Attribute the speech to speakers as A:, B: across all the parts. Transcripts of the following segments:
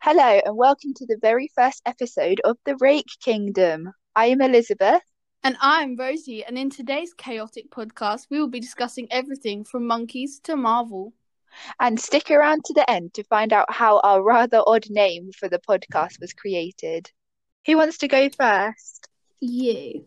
A: Hello, and welcome to the very first episode of The Rake Kingdom. I am Elizabeth.
B: And I'm Rosie, and in today's chaotic podcast, we will be discussing everything from monkeys to Marvel.
A: and stick around to the end to find out how our rather odd name for the podcast was created. Who wants to go first?
B: You.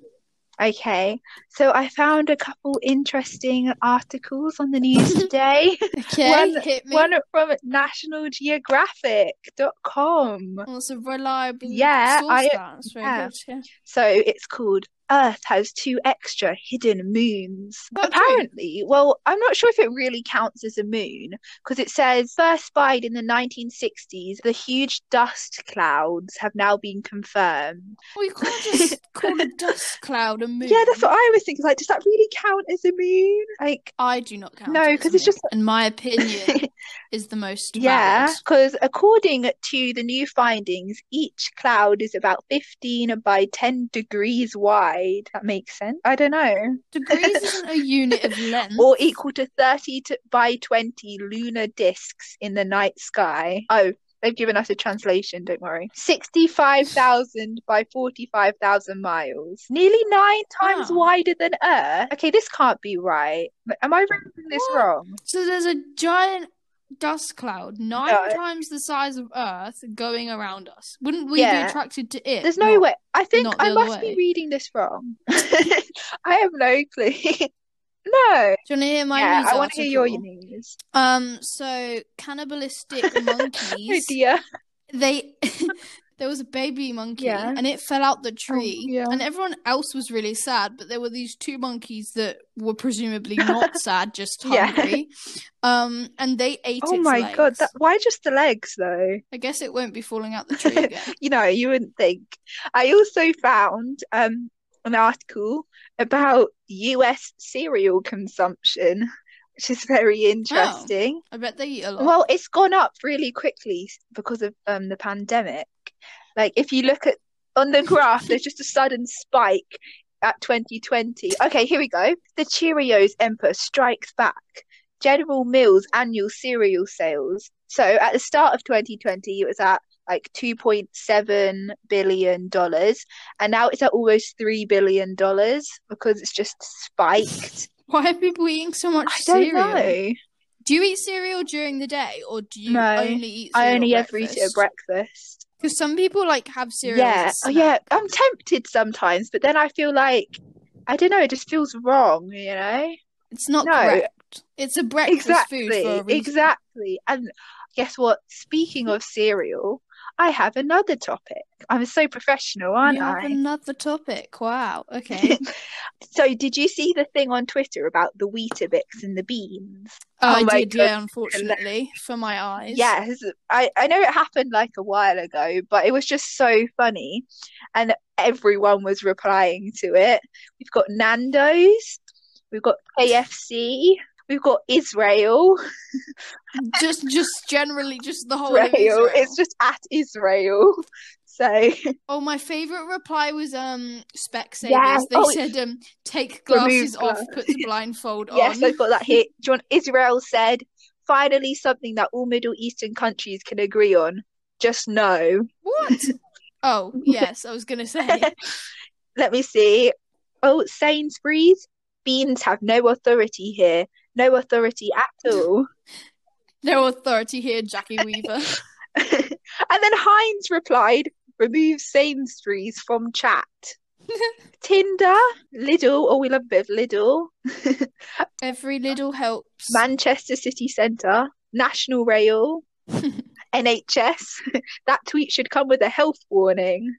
A: Okay, so I found a couple interesting articles on the news today.
B: Okay,
A: One-
B: hit me.
A: One from nationalgeographic.com.
B: What's a reliable
A: Yeah,
B: source
A: I-
B: that? That's very
A: yeah.
B: good, yeah.
A: So it's called Earth has two extra hidden moons.
B: That's true.
A: Apparently, well, I'm not sure if it really counts as a moon because it says first spied in the 1960s, the huge dust clouds have now been confirmed.
B: We can't just call a dust cloud a moon.
A: Yeah, that's what I was thinking. Like, does that really count as a moon? Like,
B: I do not count.
A: No,
B: it as
A: 'cause
B: a
A: it's
B: moon,
A: just-
B: and my opinion is the most
A: Yeah,
B: valid.
A: because according to the new findings, each cloud is about 15 by 10 degrees wide. That makes sense. I don't know.
B: Degrees isn't a unit of length.
A: or equal to 30 to, by 20 lunar disks in the night sky. Oh, they've given us a translation, don't worry. 65,000 by 45,000 miles. Nearly nine times
B: Wow.
A: wider than Earth. Okay, this can't be right. Am I reading this
B: What?
A: wrong?
B: So there's a giant dust cloud nine
A: No.
B: times the size of Earth going around us. Wouldn't we
A: Yeah.
B: be attracted to it?
A: There's no
B: Not-
A: way. I think
B: not the
A: I
B: other
A: must be
B: way.
A: reading this wrong. I have no clue. No.
B: Do you want to hear my
A: Yeah,
B: news
A: I want to hear your
B: article?
A: news.
B: Um, so cannibalistic
A: Oh
B: monkeys.
A: dear.
B: they there was a baby monkey
A: Yeah. Oh,
B: and it fell out the tree,
A: yeah.
B: and everyone else was really sad, but there were these two monkeys that were presumably not sad, just
A: Yeah.
B: hungry. Um, and they ate
A: Oh
B: its
A: my God,
B: legs.
A: that, why just the legs though?
B: I guess it won't be falling out the tree again.
A: you know, you wouldn't think. I also found um an article about US cereal consumption, which is very interesting.
B: I bet they eat a lot.
A: Well, it's gone up really quickly s- because of um the pandemic. Like if you look at on the graph, there's just a sudden spike at 2020. Okay, here we go. The Cheerios Emperor strikes back. General Mills annual cereal sales. So at the start of 2020, it was at like 2.7 billion dollars, and now it's at almost 3 billion dollars because it's just spiked.
B: Why are people eating so much
A: I don't
B: cereal?
A: know.
B: Do you eat cereal during the day, or do you
A: No,
B: only eat? Cereal
A: I only
B: at
A: ever eat it at breakfast.
B: Because some people like have cereal.
A: Yeah.
B: As a
A: Oh,
B: snack.
A: yeah. I'm tempted sometimes, but then I feel like, I don't know, it just feels wrong, you know?
B: It's not
A: No.
B: correct. It's a breakfast food for
A: Exactly.
B: a reason.
A: Exactly. And guess what? Speaking of cereal, I have another topic. I'm so professional, aren't
B: You have
A: I?
B: another topic. Wow. Okay.
A: So, did you see the thing on Twitter about the Weetabix and the beans?
B: I
A: Oh my
B: did,
A: God.
B: yeah, unfortunately, for my eyes.
A: Yes, I, I know it happened like a while ago, but it was just so funny. And everyone was replying to it. We've got Nando's, we've got KFC, we've got Israel.
B: Just just generally just the whole of
A: Oh, Israel,
B: Israel.
A: it's just at Israel. So,
B: Oh, my favorite reply was um Specsavers.
A: Yeah.
B: They
A: Oh,
B: said um take
A: remove
B: glasses off,
A: glass.
B: put the blindfold
A: yes,
B: on.
A: I've got that here. Do you want Israel said, finally something that all Middle Eastern countries can agree on. Just no.
B: What? Oh, yes, I was gonna say.
A: Let me see. Oh, Sainsbury's. Beans have no authority here. No authority at all.
B: No authority here, Jackie Weaver.
A: And then Heinz replied, remove Sainsbury's from chat. Tinder, Lidl, oh, we love a bit of Lidl.
B: Every little helps.
A: Manchester City Centre, National Rail, NHS. That tweet should come with a health warning.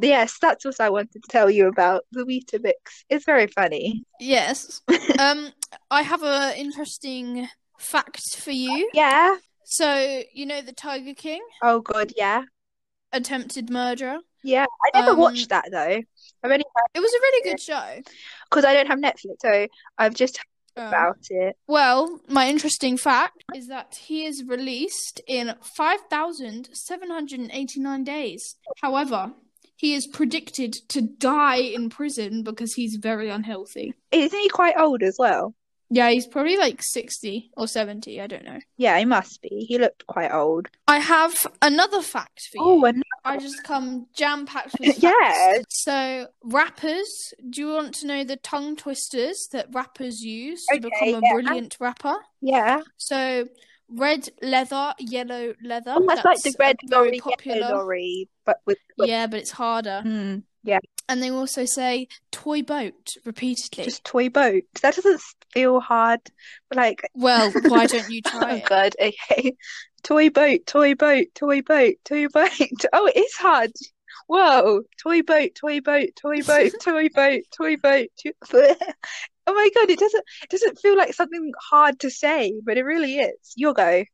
A: Yes, that's what I wanted to tell you about the Weetabix. It's very funny.
B: Yes. Um, I have a interesting fact for you.
A: Yeah.
B: So, you know the Tiger King,
A: Oh, God, yeah.
B: attempted murderer.
A: Yeah, I never
B: Um,
A: watched that though. I've only
B: It was a really good show.
A: because I don't have Netflix, so I've just heard
B: Um,
A: about it.
B: well, my interesting fact is that he is released in 5,789 days. However, he is predicted to die in prison because he's very unhealthy.
A: Isn't he quite old as well?
B: Yeah, he's probably like 60 or 70. I don't know.
A: Yeah, he must be. He looked quite old.
B: I have another fact for you.
A: Oh, and
B: I just come jam packed with facts.
A: Yeah.
B: So, rappers, do you want to know the tongue twisters that rappers use to
A: Okay,
B: become a
A: yeah.
B: brilliant rapper?
A: yeah,
B: So, red leather, yellow leather.
A: almost like the
B: that's
A: red
B: very
A: lorry, yellow lorry, but with, with
B: Yeah, but it's harder.
A: mm,
B: And they also say toy boat repeatedly.
A: just toy boat. That doesn't feel hard. Like,
B: Well, why don't you try
A: oh
B: it?
A: god, okay, toy boat, toy boat, toy boat, toy boat. Oh, it is hard. Whoa, toy boat, toy boat, toy boat, toy boat, toy boat. to- Oh my god, it doesn't it doesn't feel like something hard to say, but it really is. Your go.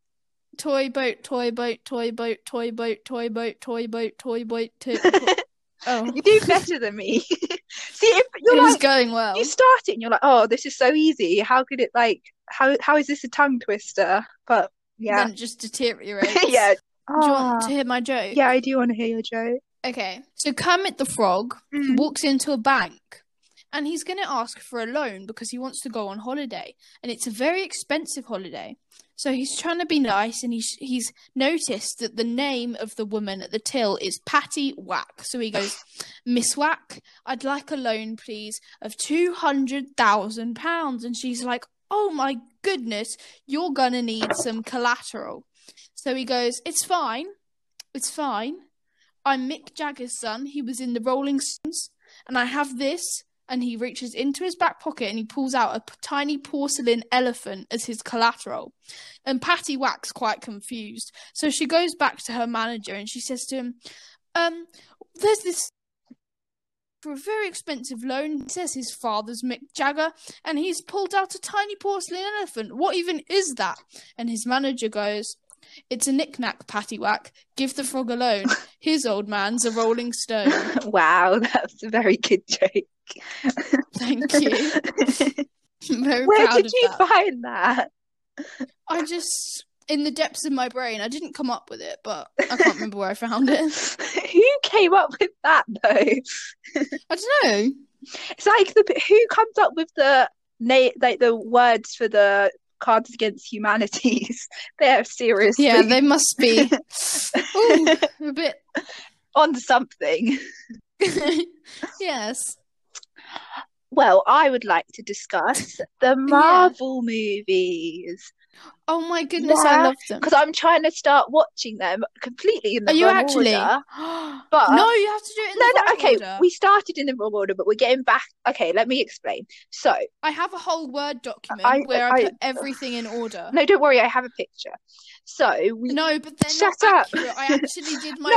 B: Toy boat, toy boat, toy boat, toy boat, toy boat, toy boat, toy boat. To- to- oh,
A: You do better than me. See, if
B: it
A: you're
B: was
A: like
B: going well.
A: you start it and you're like, oh, this is so easy. How could it like how how is this a tongue twister? But yeah,
B: Then it just deteriorates.
A: yeah.
B: Do you want
A: Ah,
B: to hear my joke?
A: yeah, I do want to hear your joke.
B: Okay. So Kermit the Frog
A: Mm.
B: walks into a bank and he's going to ask for a loan because he wants to go on holiday and it's a very expensive holiday. So he's trying to be nice and he's, he's noticed that the name of the woman at the till is Patty Whack. So he goes, Miss Whack, I'd like a loan, please, of £200,000. And she's like, Oh my goodness, you're going to need some collateral. So he goes, It's fine. It's fine. I'm Mick Jagger's son. He was in the Rolling Stones, and I have this. And he reaches into his back pocket and he pulls out a p- tiny porcelain elephant as his collateral. And Patty Wack's quite confused. So she goes back to her manager and she says to him, um, There's this for a very expensive loan. He says his father's Mick Jagger and he's pulled out a tiny porcelain elephant. What even is that? And his manager goes, It's a knick-knack, Patty Wack. Give the frog a loan. His old man's a rolling stone.
A: Wow, that's a very good joke.
B: Thank you. I'm very
A: Where
B: proud
A: did
B: of
A: you
B: that.
A: find that?
B: I just in the depths of my brain, I didn't come up with it, but I can't remember where I found it.
A: Who came up with that though?
B: I don't know.
A: It's like the who comes up with the na like the words for the Cards Against Humanities. They're seriously
B: Yeah, they must be ooh, a bit.
A: on something.
B: yes.
A: Well, I would like to discuss the Marvel movies
B: Oh my goodness,
A: Yeah,
B: I love them.
A: because I'm trying to start watching them completely in the
B: Are you
A: wrong
B: actually?
A: order. But
B: no, you have to do it in
A: no,
B: the
A: no,
B: right
A: okay.
B: order.
A: We started in the wrong order, but we're getting back. Okay, let me explain. So,
B: I have a whole Word document
A: I-
B: where I,
A: I-
B: put everything in order.
A: no, don't worry, I have a picture. So we
B: No, but they're
A: Shut
B: not
A: up.
B: accurate. I actually did my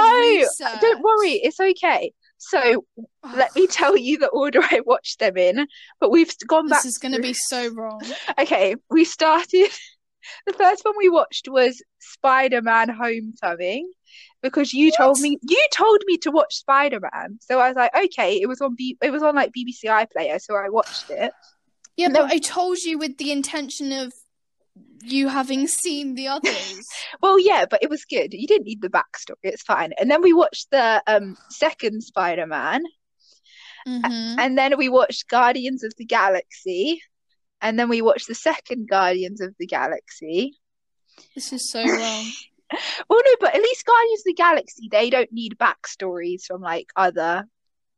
A: No,
B: research.
A: don't worry, it's okay. So
B: Ugh,
A: let me tell you the order I watched them in. But we've gone back.
B: This is going to be so wrong.
A: Okay, we started. The first one we watched was Spider-Man Homecoming because you told
B: What?
A: me you told me to watch Spider-Man. So I was like, okay, it was on B, it was on like BBC iPlayer, so I watched it.
B: Yeah,
A: No.
B: but I told you with the intention of you having seen the others.
A: Well, yeah, but it was good. You didn't need the backstory. It's fine. And then we watched the um, second Spider-Man,
B: Mhm.
A: and then we watched Guardians of the Galaxy, and then we watched the second Guardians of the Galaxy.
B: This is so wrong.
A: Well, no, but at least Guardians of the Galaxy, they don't need backstories from like other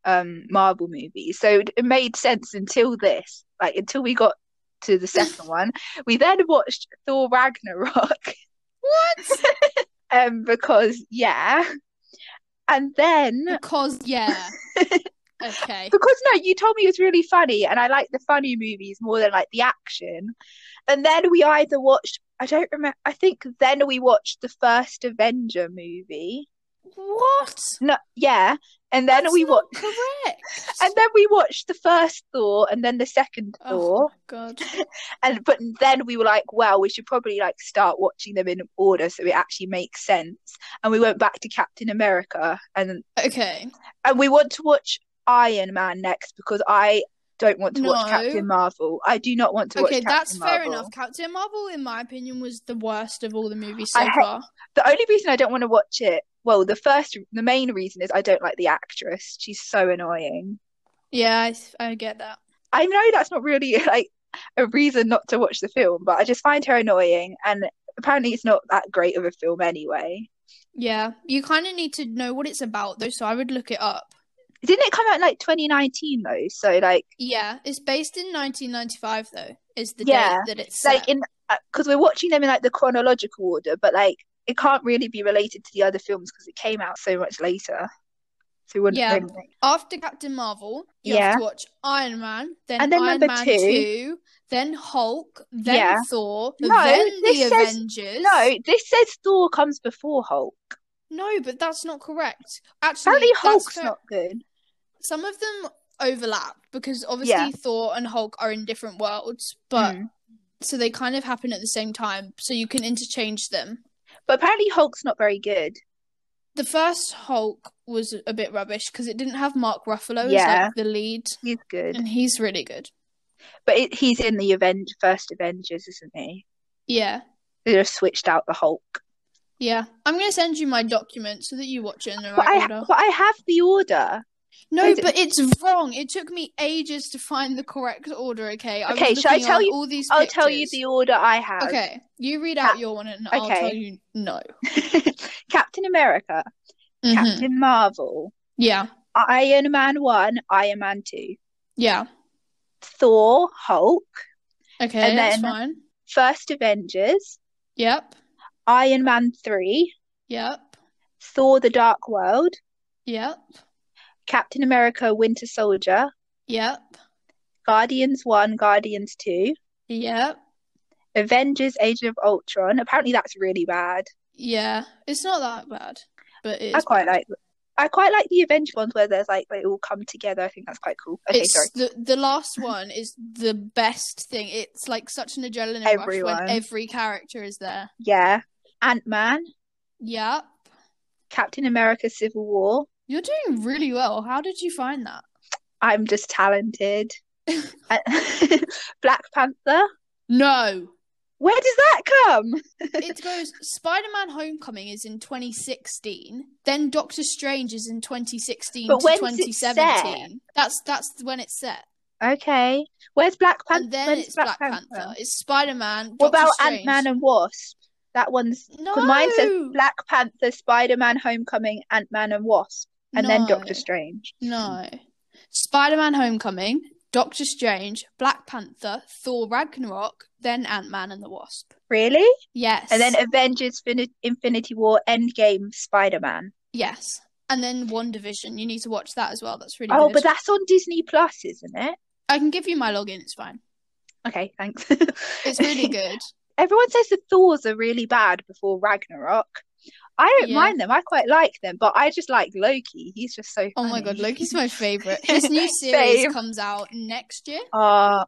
A: um Marvel movies. So it made sense until this, like until we got to the second one. We then watched Thor Ragnarok.
B: What?
A: Um, because yeah. And then
B: Because yeah. Okay.
A: because no, you told me it was really funny, and I like the funny movies more than like the action. And then we either watched, I don't remember, I think then we watched the first Avenger movie.
B: What?
A: No, yeah, and then
B: That's
A: we
B: not
A: watched,
B: correct.
A: and then we watched the first Thor, and then the second
B: Oh
A: Thor,
B: my god.
A: and but then we were like, well, we should probably like start watching them in order so it actually makes sense. And we went back to Captain America, and
B: Okay.
A: and we want to watch Iron Man next because I don't want to watch
B: No.
A: Captain Marvel. I do not want to watch
B: Okay,
A: Captain
B: that's fair
A: Marvel.
B: enough. Captain Marvel, in my opinion, was the worst of all the movies so
A: I ha-
B: far.
A: The only reason I don't want to watch it, well, the first, the main reason is I don't like the actress. She's so annoying.
B: Yeah, I, I get that.
A: I know that's not really like a reason not to watch the film, but I just find her annoying. And apparently, it's not that great of a film anyway.
B: Yeah, you kind of need to know what it's about though, so I would look it up.
A: Didn't it come out in, like 2019 though? So like,
B: Yeah, it's based in 1995 though. Is the
A: Yeah,
B: date that it's set.
A: like in because we're watching them in like the chronological order, but like it can't really be related to the other films because it came out so much later. So we wouldn't
B: Yeah.
A: know.
B: after Captain Marvel, you
A: Yeah.
B: have to watch Iron Man, then,
A: And then
B: Iron
A: number
B: Man
A: two-
B: then Hulk, then
A: Yeah.
B: Thor,
A: No,
B: then the
A: this says-
B: Avengers.
A: No, this says Thor comes before Hulk.
B: no, but that's not correct. Actually,
A: Apparently,
B: that's
A: Hulk's
B: cor-
A: not good.
B: Some of them overlap because obviously
A: Yeah.
B: Thor and Hulk are in different worlds, but
A: Mm.
B: so they kind of happen at the same time, so you can interchange them.
A: But apparently, Hulk's not very good.
B: The first Hulk was a bit rubbish because it didn't have Mark Ruffalo as
A: Yeah.
B: like the lead,
A: He's good,
B: and he's really good.
A: but it, he's in the Aven- first Avengers, isn't he?
B: Yeah.
A: They just switched out the Hulk.
B: Yeah, I'm gonna send you my document so that you watch it in the
A: But
B: right
A: I,
B: order.
A: but I have the order.
B: No,
A: is it-
B: but it's wrong. It took me ages to find the correct order. Okay. I was
A: Okay, shall I
B: looking
A: tell
B: on
A: you-
B: All these.
A: I'll tell you
B: pictures.
A: the order I have.
B: Okay, you read out your one, and I'll
A: okay.
B: tell you no.
A: Captain America,
B: Mhm.
A: Captain Marvel,
B: Yeah,
A: Iron Man one, Iron Man two,
B: yeah.
A: Thor, Hulk,
B: Okay,
A: And
B: that's
A: then-
B: fine.
A: First Avengers,
B: Yep,
A: Iron Man three,
B: yep,
A: Thor: The Dark World,
B: yep,
A: Captain America: Winter Soldier,
B: yep,
A: Guardians one, Guardians two.
B: yep.
A: Avengers Age of Ultron. Apparently that's really bad.
B: Yeah, it's not that bad, but it's
A: I quite like I quite like the Avengers ones where there's like they all come together. I think that's quite cool. Okay,
B: It's
A: sorry.
B: the the last one is the best thing. It's like such an adrenaline rush
A: Everyone.
B: when every character is there.
A: Yeah. Ant-Man,
B: Yep.
A: Captain America Civil War.
B: You're doing really well. How did you find that?
A: I'm just talented. And- Black Panther.
B: No.
A: Where does that come?
B: It goes Spider Man Homecoming is in 2016, then Doctor Strange is in 2016
A: But
B: to
A: when does it
B: 2017. That's that's when it's set.
A: Okay. Where's Black Panther?
B: and then
A: When's
B: it's Black Panther. It's Spider Man.
A: What about Ant-Man and Wasp? That one's
B: No.
A: 'cause mine says Black Panther, Spider-Man Homecoming, Ant-Man and Wasp, and then
B: No.
A: Doctor Strange.
B: No. Spider Man Homecoming, Doctor Strange, Black Panther, Thor Ragnarok, then Ant Man and the Wasp.
A: Really?
B: Yes.
A: And then Avengers Fini- Infinity War Endgame Spider-Man.
B: Yes. And then One Division. You need to watch that as well. That's really
A: Oh,
B: good.
A: but that's on Disney Plus, isn't it?
B: I can give you my login, it's fine.
A: Okay, thanks.
B: It's really good.
A: Everyone says the Thors are really bad before Ragnarok. I don't
B: Yeah.
A: mind them. I quite like them, but I just like Loki. He's just so
B: Oh my god,
A: funny.
B: Loki's my favorite. His new series
A: Same.
B: comes out next year.
A: Uh,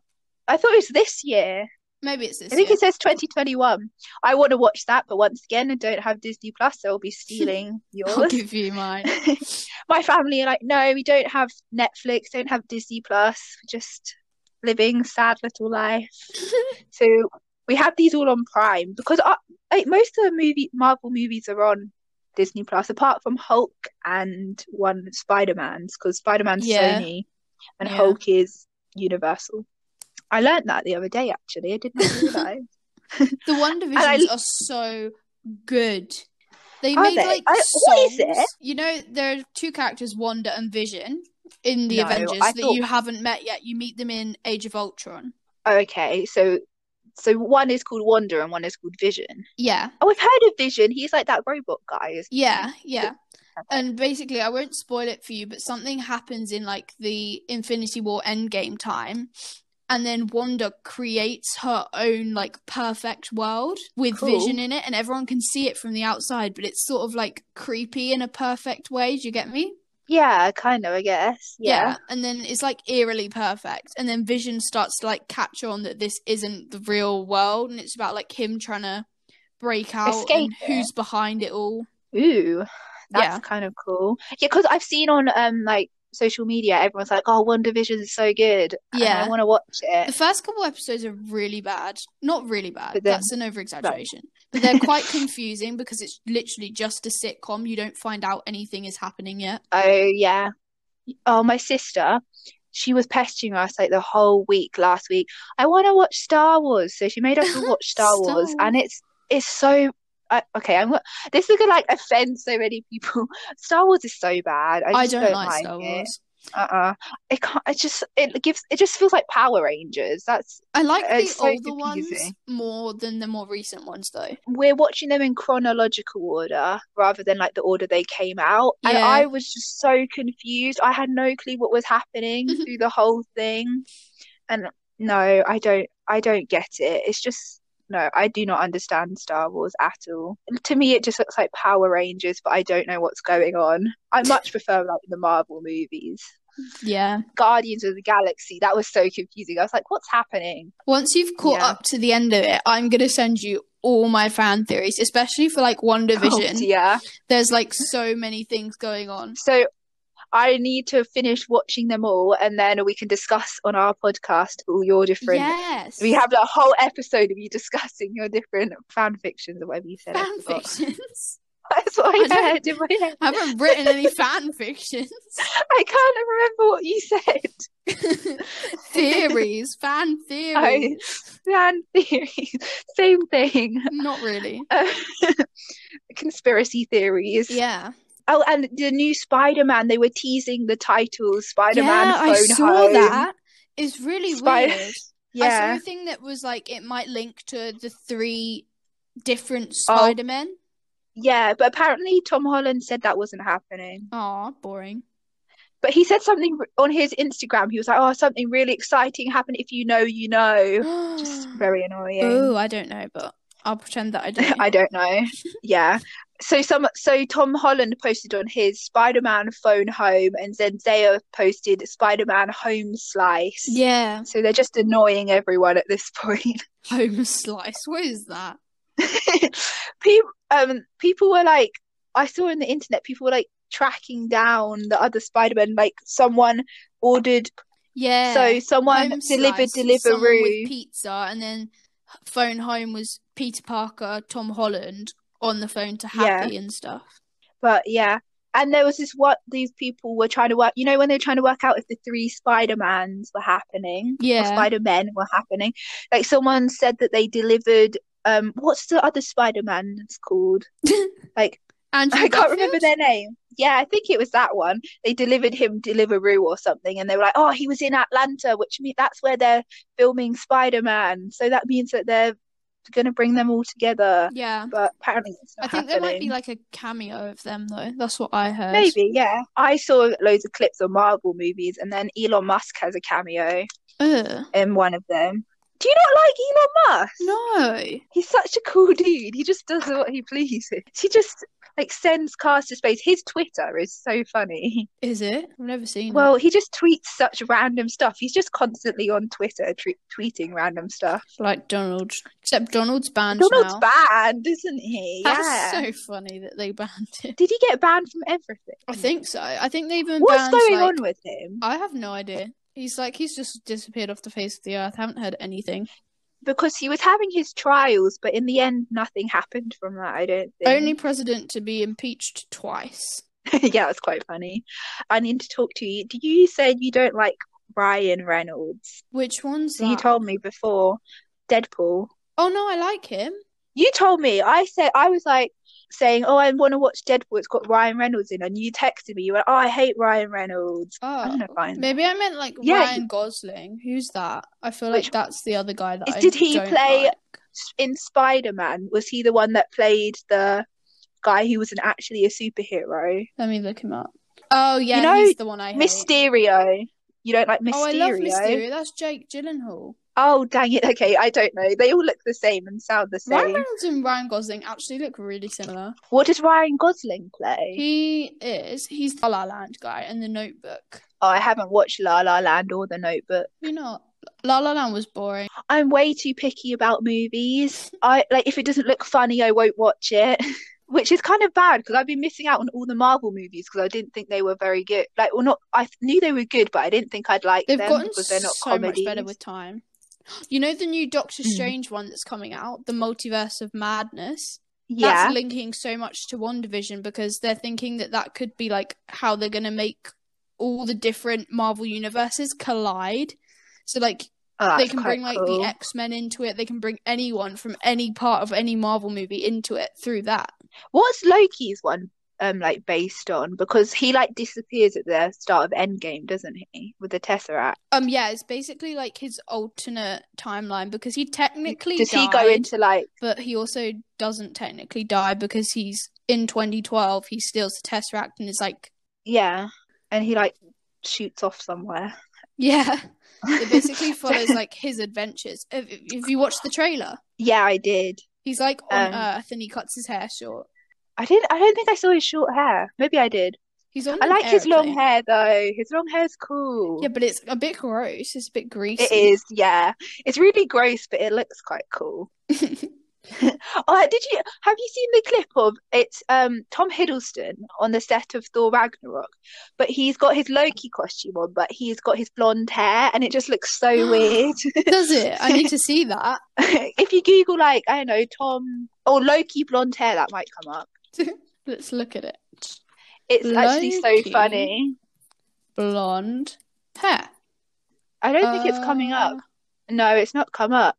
A: I thought it was this year.
B: Maybe it's this
A: I think
B: year.
A: it says 2021. I want to watch that, but once again, I don't have Disney Plus, so I'll be stealing
B: I'll
A: yours.
B: give you mine.
A: My family are like, no, we don't have Netflix, don't have Disney Plus, we're just living sad little life. So we had these all on Prime because I, like, most of the movie Marvel movies are on Disney Plus, apart from Hulk and one Spider Man's because Spider Man's
B: Yeah.
A: Sony and
B: Yeah.
A: Hulk is Universal. I learnt that the other day actually. I didn't realize.
B: the One Divisions
A: I-
B: are so good. They
A: Are
B: made
A: they?
B: like
A: I-
B: songs.
A: what is it?
B: You know, there are two characters, Wanda and Vision, in the
A: No,
B: Avengers
A: I
B: that
A: thought-
B: you haven't met yet. You meet them in Age of Ultron.
A: okay, so so one is called Wonder and one is called Vision.
B: Yeah,
A: Oh, I've heard of Vision. He's like that robot guy, isn't he?
B: yeah, yeah. And basically, I won't spoil it for you, but something happens in like the Infinity War Endgame time, and then Wanda creates her own like perfect world with
A: Cool.
B: Vision in it, and everyone can see it from the outside, but it's sort of like creepy in a perfect way. Do you get me?
A: Yeah, kind of, I guess. Yeah.
B: And then it's like eerily perfect. And then Vision starts to like catch on that this isn't the real world and it's about like him trying to break out
A: Escape
B: and who's behind it all.
A: Ooh, that's
B: Yeah.
A: kind of cool. Yeah, because I've seen on um like social media, everyone's like, "Oh, One Division is so good," and
B: Yeah.
A: I want to watch
B: The
A: it.
B: first couple episodes are really bad. Not really bad.
A: But then-
B: That's an over exaggeration. But they're quite confusing because it's literally just a sitcom. You don't find out anything is happening yet.
A: Oh yeah. Oh, my sister, she was pestering us like the whole week last week. I want to watch Star Wars, so she made us all watch Star,
B: Star
A: Wars, and it's it's so. I, okay, I'm. not- This is gonna like offend so many people. Star Wars is so bad. I,
B: I
A: just
B: don't, like, Star
A: it.
B: Wars.
A: Uh uh It can't. It just it gives. It just feels like Power Rangers. That's
B: I like the
A: It's so
B: older ones
A: confusing.
B: more than the more recent ones, though.
A: we're watching them in chronological order rather than like the order they came out. And
B: Yeah.
A: I was just so confused. I had no clue what was happening through the whole thing. And no, I don't I don't get it. It's just no, I do not understand Star Wars at all. To me it just looks like Power Rangers, but I don't know what's going on. I much prefer like the Marvel movies.
B: Yeah.
A: Guardians of the Galaxy, that was so confusing. I was like, what's happening?
B: Once you've caught
A: Yeah.
B: up to the end of it, I'm gonna send you all my fan theories, especially for like One Division.
A: Oh, dear.
B: There's like so many things going on.
A: So I need to finish watching them all, and then we can discuss on our podcast all your different.
B: Yes.
A: We have a whole episode of you discussing your different fan fictions or whatever you said. I
B: fan
A: forgot.
B: fictions.
A: That's what
B: I
A: I,
B: don't-
A: heard in my head.
B: I haven't written any fan fictions.
A: I can't remember what you said.
B: theories, fan
A: I,
B: theories.
A: fan theories, same thing.
B: Not really.
A: Uh, conspiracy theories.
B: Yeah.
A: Oh, and the new Spider-Man. They were teasing the titles Spider-Man
B: yeah,
A: Phone
B: I saw
A: Home.
B: that. It's really
A: Spider-
B: weird. I
A: Yeah.
B: saw a thing that was like it might link to the three different
A: Oh.
B: Spider Men.
A: Yeah, but apparently Tom Holland said that wasn't happening.
B: Aw, boring.
A: But he said something r- on his Instagram. He was like, "Oh, something really exciting happened. If you know, you know." Just very annoying.
B: Oh, I don't know, but I'll pretend that I don't.
A: I don't know. Yeah. So some so Tom Holland posted on his Spider-Man phone home, and Zendaya posted Spider-Man home slice.
B: yeah,
A: So they're just annoying everyone at this point.
B: home slice. What is that?
A: people um people were like I saw on the internet people were like tracking down the other Spider-Man like someone ordered
B: Yeah.
A: so someone
B: Home
A: delivered
B: Slice was someone with
A: Deliveroo
B: pizza, and then phone home was Peter Parker, Tom Holland on the phone to
A: Yeah.
B: Happy and stuff.
A: but yeah and there was this what these people were trying to work you know when they were trying to work out if the three Spider-Mans were happening or
B: Yeah.
A: Spider-Men were happening like someone said that they delivered um what's the other Spider-Man's called
B: Andrew
A: I can't remember
B: Garfield?
A: their name. Yeah, I think it was that one. They delivered him Deliveroo or something, and they were like, "Oh, he was in Atlanta, which means that's where they're filming Spider-Man. So that means that they're going to bring them all together."
B: Yeah.
A: But apparently, it's
B: I
A: not
B: think there might be
A: happening.
B: like a cameo of them though. That's what I heard.
A: Maybe, yeah. I saw loads of clips of Marvel movies, and then Elon Musk has a cameo
B: Ugh.
A: in one of them. Do you not like Elon Musk?
B: No.
A: He's such a cool dude. He just does what he pleases. He just like sends cars to space. His Twitter is so funny.
B: Is it? I've never seen
A: Well, he just tweets such random stuff. He's just constantly on Twitter tre tweeting random stuff.
B: it. Like Donald. Except Donald's banned
A: Donald's
B: now.
A: banned, isn't he?
B: That's
A: yeah.
B: so funny that they banned it.
A: Did he get banned from everything?
B: I think so. I think they even
A: What's
B: banned
A: going
B: like,
A: on with him?
B: I have no idea. He's like he's just disappeared off the face of the earth. haven't heard anything.
A: Because he was having his trials, but in the end, nothing happened from that. I don't think.
B: Only president to be impeached twice.
A: yeah, it's quite funny. I need to talk to you. Do you said you don't like Ryan Reynolds?
B: Which one's
A: So you
B: that?
A: told me before Deadpool.
B: Oh no, I like him.
A: You told me. I said I was like saying, "Oh, I want to watch Deadpool. It's got Ryan Reynolds in." And you texted me. You went, "Oh, I hate Ryan Reynolds." I'm
B: Oh.
A: gonna find.
B: Maybe I meant like
A: Yeah,
B: Ryan Gosling. Who's that? I feel like
A: Which-
B: that's the other guy that I
A: Did he
B: don't
A: play-
B: like.
A: In Spider-Man, was he the one that played the guy who wasn't actually a superhero?
B: Let me look him up. Oh yeah,
A: know,
B: he's the one I hate.
A: Mysterio. You don't like
B: Oh, I love
A: Mysterio?
B: Mysterio. That's Jake Gyllenhaal.
A: Oh, dang it. Okay, I don't know. They all look the same and sound the
B: Ryan
A: same.
B: Reynolds and Ryan Gosling actually look really similar.
A: What does Ryan Gosling play?
B: He is. He's the La La Land guy and The Notebook.
A: Oh, I haven't watched La La Land or The Notebook.
B: You know, La La Land was boring.
A: I'm way too picky about movies. I like if it doesn't look funny, I won't watch it, which is kind of bad because I've been missing out on all the Marvel movies because I didn't think they were very good. Like, well, not I knew they were good, but I didn't think I'd like
B: They've
A: them
B: gotten
A: because they're not
B: so much better
A: comedies.
B: with time. You know the new Doctor
A: Mm.
B: Strange one that's coming out, the Multiverse of Madness.
A: Yeah,
B: That's linking so much to One Division because they're thinking that that could be like how they're going to make all the different Marvel universes collide. So like
A: Oh, that's
B: they can
A: quite
B: bring like
A: cool.
B: the e-, X Men into it. They can bring anyone from any part of any Marvel movie into it through that.
A: What's Loki's one um like based on? Because he like disappears at the start of Endgame, doesn't he? With the Tesseract.
B: Um, yeah, it's basically like his alternate timeline because he technically
A: Does he go
B: died,
A: into like
B: but he also doesn't technically die because he's in 2012. He steals the Tesseract and is like,
A: yeah, and he like shoots off somewhere.
B: yeah. It basically follows like his adventures. If, if you watch the trailer,
A: Yeah, I did.
B: he's like
A: Um,
B: on Earth and he cuts his hair short.
A: I didn't I don't think I saw his short hair. Maybe I did.
B: He's on.
A: I
B: an
A: like his long
B: aeroplane.
A: hair though. His long hair's cool.
B: Yeah, but it's a bit gross. It's a bit greasy.
A: It is, yeah. It's really gross, but it looks quite cool. Oh, did you have you seen the clip of it's um Tom Hiddleston on the set of Thor Ragnarok, but he's got his Loki costume on, but he's got his blonde hair, and it just looks so weird.
B: Does it? I need to see that.
A: If you Google like I don't know Tom or Loki blonde hair, that might come up.
B: Let's look at it.
A: It's actually so
B: Loki.
A: funny.
B: Blonde hair.
A: I don't think it's coming up.
B: Uh,
A: No, it's not come up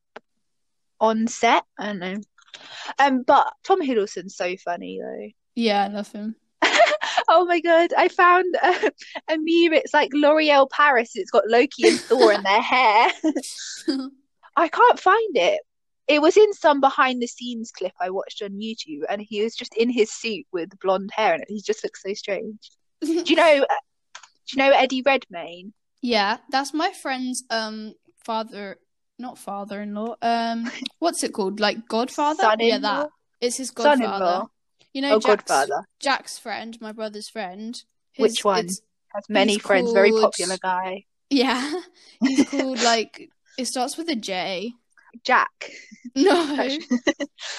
A: on set. I don't know. Um, but Tom Hiddleston's so funny though.
B: Yeah, nothing.
A: Oh my god, I found a, a meme. It's like L'Oreal Paris. It's got Loki and Thor in their hair. I can't find it. It was in some behind the scenes clip I watched on YouTube, and he was just in his suit with blonde hair, and he just looks so strange. Do you know? uh, Do you know Eddie Redmayne?
B: yeah, that's my friend's um father, not father-in-law. Um, what's it called? Like godfather? Yeah, that.
A: Son-in-law?
B: It's his godfather.
A: Son-in-law
B: You know,
A: or
B: Jack's,
A: Godfather?
B: Jack's friend, my brother's friend.
A: Which one?
B: it's-
A: Has many
B: he's
A: friends. Very
B: called-
A: popular guy.
B: yeah, he's called like it starts with a J.
A: Jack.
B: No,
A: Actually-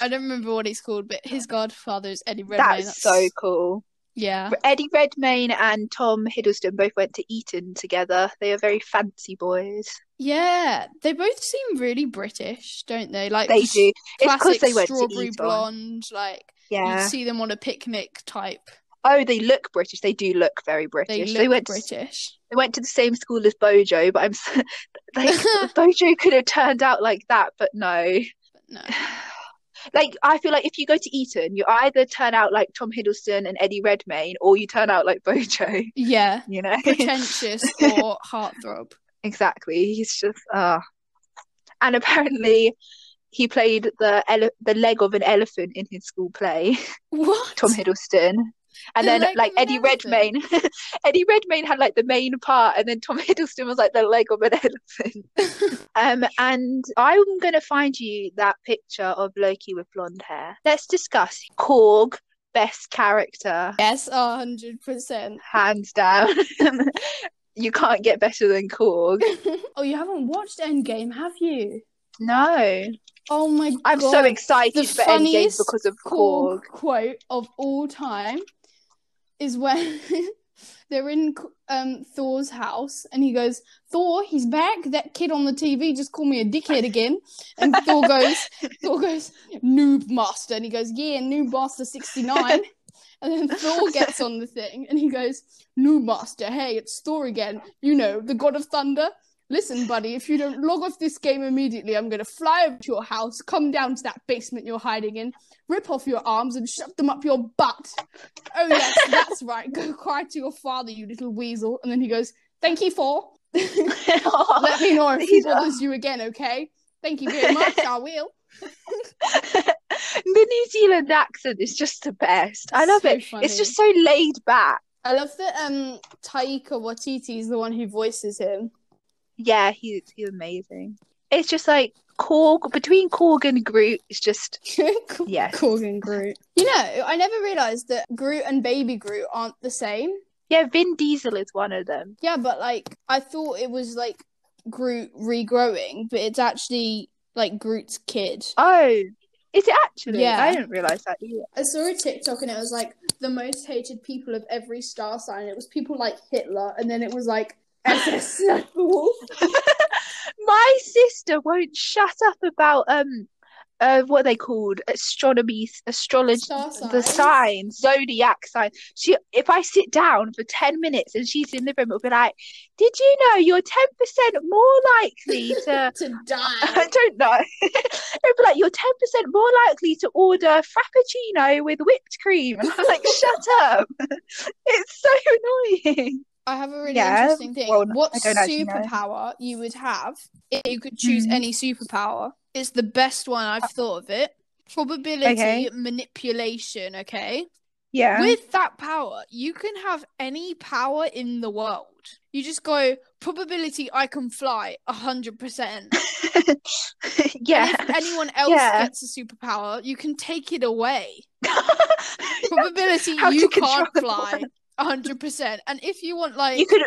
B: I don't remember what he's called, but his godfather is Eddie Redmayne.
A: That's so cool.
B: yeah.
A: Eddie Redmayne and Tom Hiddleston both went to Eton together. They are very fancy boys.
B: Yeah, they both seem really British, don't they? Like
A: They
B: just
A: do. It's because
B: classic
A: they went to
B: strawberry
A: Eton.
B: blonde, like
A: Yeah.
B: you'd see them on a picnic type.
A: Oh, they look British. They do look very
B: They
A: British.
B: look
A: They went.
B: British.
A: They went to the same school as Bojo, but I'm s- like Bojo could have turned out like that, but no.
B: No,
A: Like I feel like if you go to Eton, you either turn out like Tom Hiddleston and Eddie Redmayne, or you turn out like Bojo.
B: yeah,
A: You know.
B: pretentious or heartthrob.
A: Exactly. He's just ah. And apparently he played the ele- the leg of an elephant in his school play,
B: What?
A: Tom Hiddleston. And
B: The
A: then
B: leg
A: like
B: of an
A: Eddie
B: elephant?
A: Redmayne, Eddie Redmayne had like the main part and then Tom Hiddleston was like the leg of an elephant. Um and I'm going to find you that picture of Loki with blonde hair. Let's discuss Korg best character
B: Yes, a hundred percent.
A: hands down. You can't get better than Korg.
B: Oh, you haven't watched Endgame, have you?
A: No.
B: Oh my god!
A: I'm so excited
B: The
A: for Endgame
B: funniest
A: because of Korg.
B: Korg quote of all time is when they're in um, Thor's house and he goes, Thor, he's back. That kid on the TV just called me a dickhead again. And Thor goes, Thor goes, noob master. And he goes, yeah, noob master 69. And then Thor gets on the thing and he goes, noob master, hey, it's Thor again. You know, the god of thunder. Listen, buddy, if you don't log off this game immediately, I'm going to fly over to your house, come down to that basement you're hiding in, rip off your arms and shove them up your butt. Oh yes, that's right. Go cry to your father, you little weasel. And then he goes, "Thank you for. Let me know if he
A: He's-
B: bothers you again, okay? Thank you very much. I will."
A: the New Zealand accent is just the best. I love
B: So
A: it.
B: funny.
A: It's just so laid back.
B: I love that um Taika Waititi is the one who voices him.
A: Yeah, he's he's amazing. It's just like Korg between Korg and Groot. It's just Yes.
B: Korg and Groot. You know, I never realized that Groot and Baby Groot aren't the same.
A: yeah. Vin Diesel is one of them.
B: Yeah, but like I thought it was like Groot regrowing, but it's actually like Groot's kid.
A: Oh, is it actually?
B: Yeah.
A: I didn't realize that either.
B: I saw a TikTok and it was like the most hated people of every star sign. It was people like Hitler, and then it was like SS Sniper Wolf.
A: My sister won't shut up about um uh, what are they called? Astronomy, astrology,
C: Star
A: the
C: signs.
A: signs, zodiac sign. She, if I sit down for ten minutes and she's in the room, it'll be like, "Did you know you're ten percent more likely to?"
C: to die.
A: I don't know. it'll be like you're ten percent more likely to order frappuccino with whipped cream, and I'm like, "Shut up!" it's so annoying.
B: I have a really
A: Yeah,
B: interesting thing.
A: well,
B: what
A: I don't actually know.
B: superpower you would have if you could choose
A: Hmm.
B: any superpower? It's the best one I've thought of it. Probability
A: Uh, Okay.
B: manipulation, okay?
A: Yeah.
B: With that power, you can have any power in the world. You just go, probability I can fly 100%.
A: yeah.
B: And if anyone else
A: Yeah.
B: gets a superpower, you can take it away.
A: you
B: Probability
A: How to
B: you
A: control
B: can't
A: the
B: fly 100%. And if you want, like,
A: could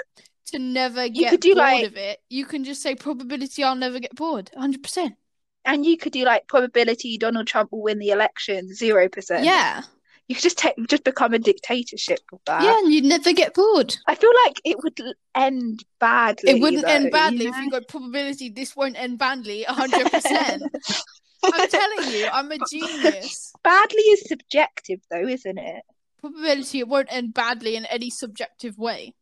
B: to never get
A: You could do,
B: bored
A: like-
B: of it, you can just say probability I'll never get bored. 100%.
A: and you could do like probability Donald Trump will win the election, zero percent.
B: yeah.
A: You could just take just become a dictatorship with that.
B: yeah, and you'd never get bored.
A: I feel like it would l- end badly.
B: It wouldn't
A: though,
B: end
A: you
B: badly if
A: know?
B: you go probability this won't end badly 100%. I'm telling you, I'm a genius.
A: badly is subjective though, isn't it?
B: Probability it won't end badly in any subjective way.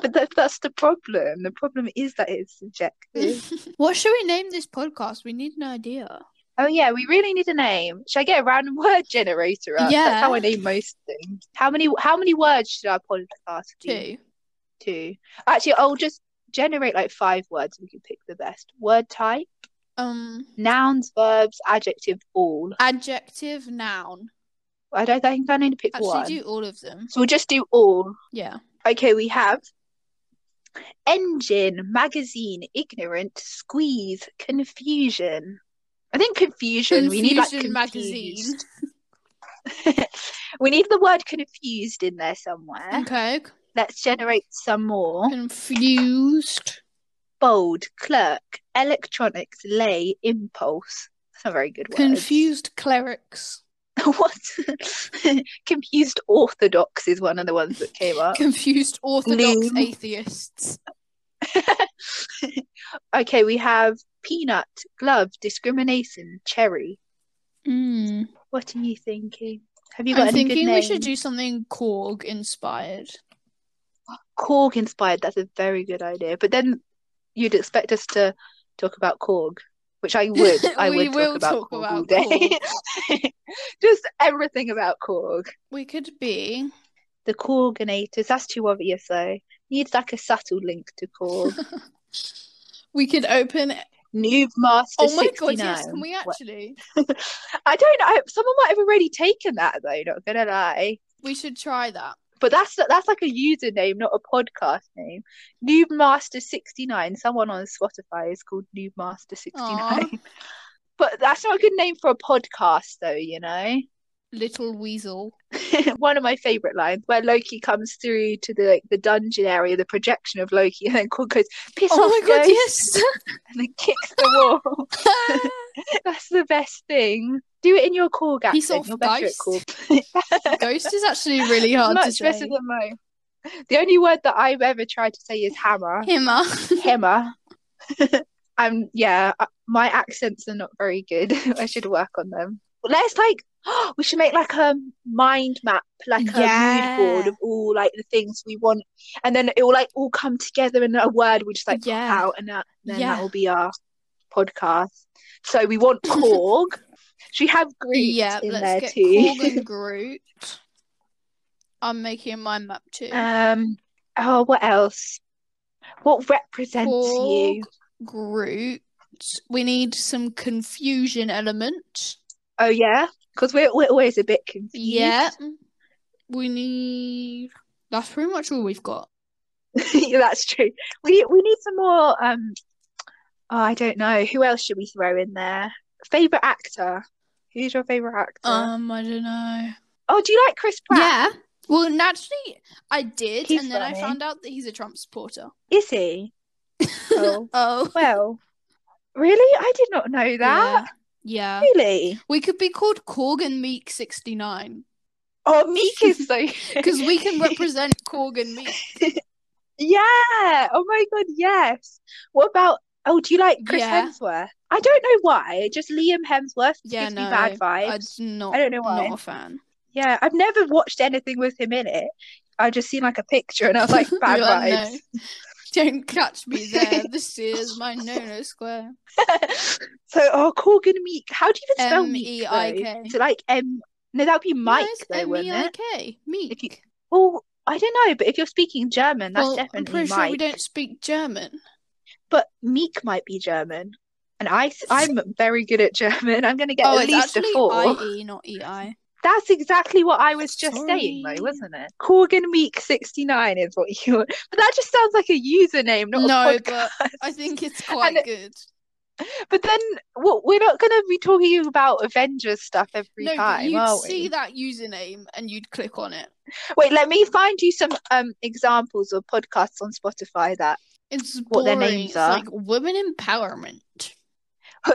A: but that, that's the problem. The problem is that it's subjective.
B: what should we name this podcast? We need an idea.
A: oh yeah, we really need a name. Should I get a random word generator up? That's how I
B: Yeah.
A: name most things. How many how many words should our podcast be?
B: Two.
A: two. Actually, I'll just generate like five words. We can pick the best word type,
B: Um
A: nouns, verbs, adjective, all.
B: adjective noun.
A: I don't think I need to pick
B: Actually
A: one.
B: do all of them.
A: So we'll just do all.
B: Yeah.
A: Okay, we have engine, magazine, ignorant, squeeze, confusion. I think confusion. we need like
B: Confusion magazine.
A: confused. we need the word confused in there somewhere.
B: Okay.
A: Let's generate some more.
B: Confused.
A: bold, clerk, electronics, lay, impulse. That's not very good words.
B: Confused clerics.
A: what? Confused orthodox is one of the ones that came up.
B: Confused orthodox
A: Lame.
B: atheists.
A: okay, we have peanut, glove, discrimination, cherry.
B: Mm.
A: What are you thinking? Have you got
B: I'm
A: any good
B: thinking we should
A: names?
B: do something Korg inspired.
A: Korg inspired. That's a very good idea. But then you'd expect us to talk about Korg, which I would. I
B: We
A: would
B: will
A: talk about
B: talk
A: Korg
B: about
A: all day. Just everything about Korg.
B: We could be.
A: the coordinators. That's too obvious though. Needs like a subtle link to call.
B: We could open.
A: Noob Master
B: oh my god!
A: 69.
B: Yes, can we
A: What-
B: actually?
A: I don't know. Someone might have already taken that though, not gonna lie.
B: We should try that.
A: But that's that's like a username, not a podcast name. Noob Master 69. Someone on Spotify is called Noob Master 69. But that's not a good name for a podcast though, you know?
B: Little weasel.
A: one of my favorite lines where Loki comes through to the like, the dungeon area, the projection of Loki, and then Korg goes, "Piss
B: Oh
A: off,
B: my god!
A: ghost,"
B: Yes.
A: and then kicks the wall. That's the best thing. Do it in your Korg accent.
B: Piss off,
A: You're better at
B: ghost.
A: Korg.
B: Ghost is actually really hard to
A: Much better
B: say.
A: than mine. The only word that I've ever tried to say is hammer.
B: Himmer.
A: Hammer. um, yeah, uh, my accents are not very good. I should work on them. But let's like, we should make like a mind map, like a mood board
B: Yeah.
A: of all like the things we want, and then it will like all come together in a word we just like pop
B: Yeah.
A: out, and that, then
B: Yeah.
A: that will be our podcast. So we want Korg. Should we have Groot
B: yeah.
A: in
B: Let's
A: there
B: get
A: too?
B: Korg and Groot. I'm making a mind map too.
A: Um, oh, what else? What represents
B: Korg,
A: you?
B: Groot. We need some confusion element.
A: Oh yeah, because we're we're always a bit confused.
B: Yeah. We need. That's pretty much all we've got.
A: Yeah, that's true. We we need some more. Um, oh, I don't know. Who else should we throw in there? Favorite actor? Who's your favorite actor?
B: Um, I don't know.
A: oh, do you like Chris Pratt?
B: Yeah. Well, naturally, I did,
A: He's
B: and then
A: funny.
B: I found out that he's a Trump supporter.
A: Is he? Oh
B: Oh.
A: well, really? I did not know that.
B: Yeah. yeah.
A: Really?
B: We could be called Korg and Meek 69
A: Oh, Meek is so
B: because we can represent Korg and Meek.
A: Yeah. Oh my God. Yes. What about? Oh, do you like Chris
B: Yeah.
A: Hemsworth? I don't know why. Just Liam Hemsworth just
B: Yeah,
A: gives
B: no,
A: me bad vibes.
B: I'm not,
A: I don't know why.
B: not a fan.
A: Yeah, I've never watched anything with him in it. I just seen like a picture and I was like, bad
B: You're like,
A: vibes.
B: "No, don't catch me there. this is my no no square.
A: so, oh, Corgan Meek. How do you even spell Meek? though?
B: M-E-I-K.
A: So, like, M. No, that would be Mike,
B: E No, it's E
A: though, wouldn't it?
B: M-E-I-K. Meek.
A: you- Well, I don't know, but if you're speaking German, that's
B: well, I'm
A: definitely
B: pretty
A: Mike.
B: sure we don't speak German.
A: But Meek might be German. And I, I'm very good at German. I'm going to get
B: oh,
A: at
B: it's
A: least a
B: actually
A: four.
B: IE, e, not EI.
A: That's exactly what I was just saying,
B: Sorry.
A: though, wasn't it? Corgan Meek 69 is what you But that just sounds like a username, not
B: No,
A: a podcast.
B: but I think it's quite
A: it-
B: good.
A: But then well, we're not going to be talking about Avengers stuff every
B: No, but
A: time,
B: you'd
A: are we?
B: see that username and you'd click on it.
A: Wait, let me find you some um examples of podcasts on Spotify that
B: It's
A: What their
B: boring.
A: names
B: it's
A: are.
B: like women empowerment.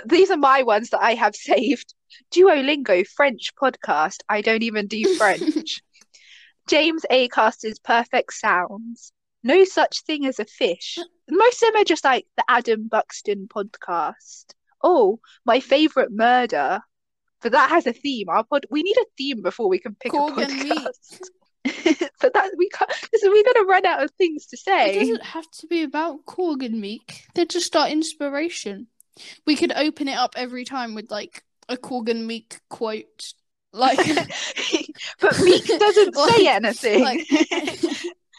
A: these are my ones that I have saved. Duolingo French podcast. I don't even do French. James Acaster's Perfect Sounds. No such thing as a fish. Most of them are just like the Adam Buxton podcast. Oh, my favorite murder. But that has a theme. Our pod we need a theme before we can pick a
B: Corgan
A: podcast. but that we can't so we're gonna run out of things to
B: It
A: say.
B: doesn't have to be about Korg and Meek. They're just our inspiration. We could open it up every time with like a Korg and Meek quote. Like,
A: but Meek doesn't
B: Like-
A: say anything.
B: like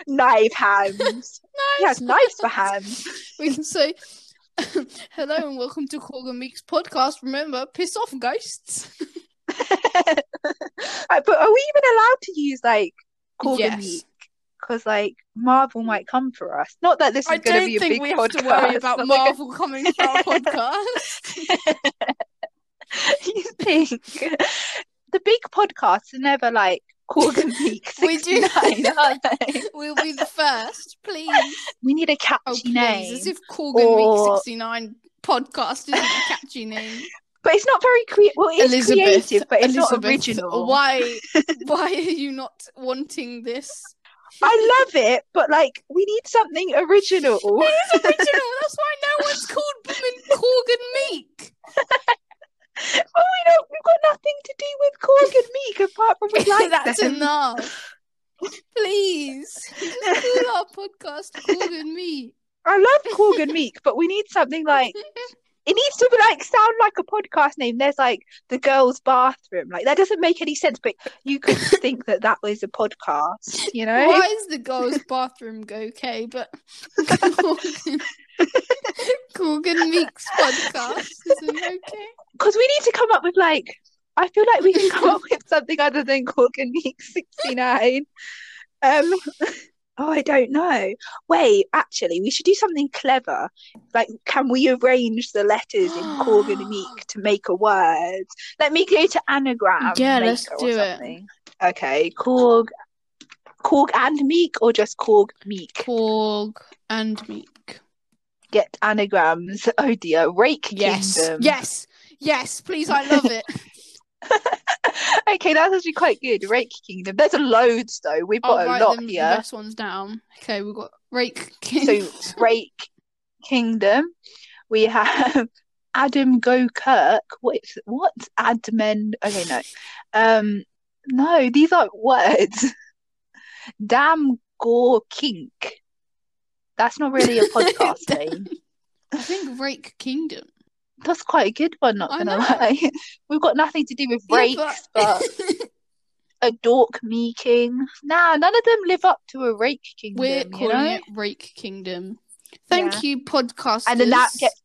A: knife hands. He has
B: Nice.
A: knives for hands.
B: we can say hello and welcome to Korg and Meek's podcast. Remember, piss off ghosts.
A: Like, but are we even allowed to use like Corgan
B: Yes.
A: Because like Marvel might come for us. Not that this
B: I
A: is going to
B: don't
A: be a
B: think
A: big
B: we have
A: podcast.
B: to worry about
A: but, like,
B: Marvel coming for our podcast.
A: you think the big podcasts are never like Corgan Meek
B: We do-
A: 69, are they?
B: We'll be the first, please.
A: We need a catchy
B: Oh,
A: name,
B: please. As if Korg and
A: Or-
B: Meek 69 podcast isn't a catchy name.
A: but it's not very cre- well. It's creative, but it's not
B: Elizabeth,
A: original.
B: Why why are you not wanting this?
A: I love it, but like we need something original.
B: It's original, that's why no one's called Blooming Korg and Meek.
A: Oh, we don't, we've got nothing to do with Korg and Meek apart from we like
B: that's
A: them.
B: enough. Please. Just call our podcast Korg and Meek.
A: I love Korg and Meek, but we need something like it needs to be like sound like a podcast name. There's like the girls' bathroom, like that doesn't make any sense, but you could think that that was a podcast, you know?
B: Why is the girls' bathroom go okay, but Korg and Meek's podcast isn't okay?
A: Because we need to come up with like I feel like we can come up with something other than Korg and Meek 69. Um, oh, I don't know. Wait, actually, we should do something clever. Like, can we arrange the letters in Korg and Meek to make a word? Let me go to anagram.
B: Yeah, let's
A: maker or
B: do it.
A: something. Okay, Korg, Korg and Meek, or just Korg Meek?
B: Korg and Meek.
A: Get anagrams. Oh dear, Rake
B: Yes.
A: Kingdom.
B: Yes. Yes, please, I love it.
A: Okay, that's actually quite good. Rake Kingdom. There's loads though. We've
B: I'll
A: got
B: write
A: a lot
B: them, the
A: here.
B: best ones down. Okay, we've got Rake King.
A: So Rake Kingdom. We have Adam Go Kirk. What is what's admin? Okay, no. Um no, these aren't words. Damn Gore Kink. That's not really a podcast name.
B: I think Rake Kingdom.
A: That's quite a good one, not
B: I
A: gonna
B: know.
A: lie. We've got nothing to do with
B: Yeah,
A: rakes, but a dork me king. Nah, none of them live up to a rake kingdom,
B: we're
A: you
B: calling
A: know?
B: it Rake Kingdom. Thank you, podcasters.
A: And then that gets-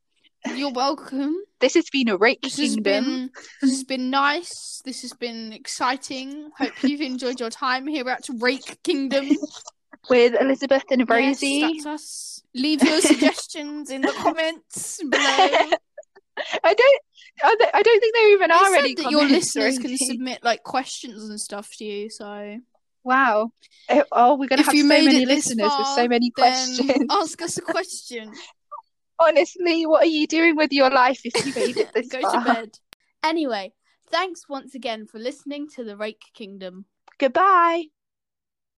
B: You're welcome.
A: This has been a rake
B: This has
A: kingdom.
B: been this has been nice. This has been exciting. Hope you've enjoyed your time here at Rake Kingdom.
A: With Elizabeth and Rosie.
B: Yes, that's us. Leave your suggestions in the comments below.
A: I don't I don't- I don't think there even
B: They
A: are
B: said
A: any
B: that your
A: comments or
B: listeners can
A: anything.
B: submit like questions and stuff to you. So
A: Wow. Eh, Oh, we're gonna
B: If
A: have
B: you
A: so
B: made
A: many
B: it this
A: listeners with so
B: far,
A: many
B: then
A: questions.
B: ask us a question.
A: Honestly, what are you doing with your life if you made it this
B: Go
A: far?
B: to bed. Anyway, thanks once again for listening to the Rake Kingdom.
A: Goodbye.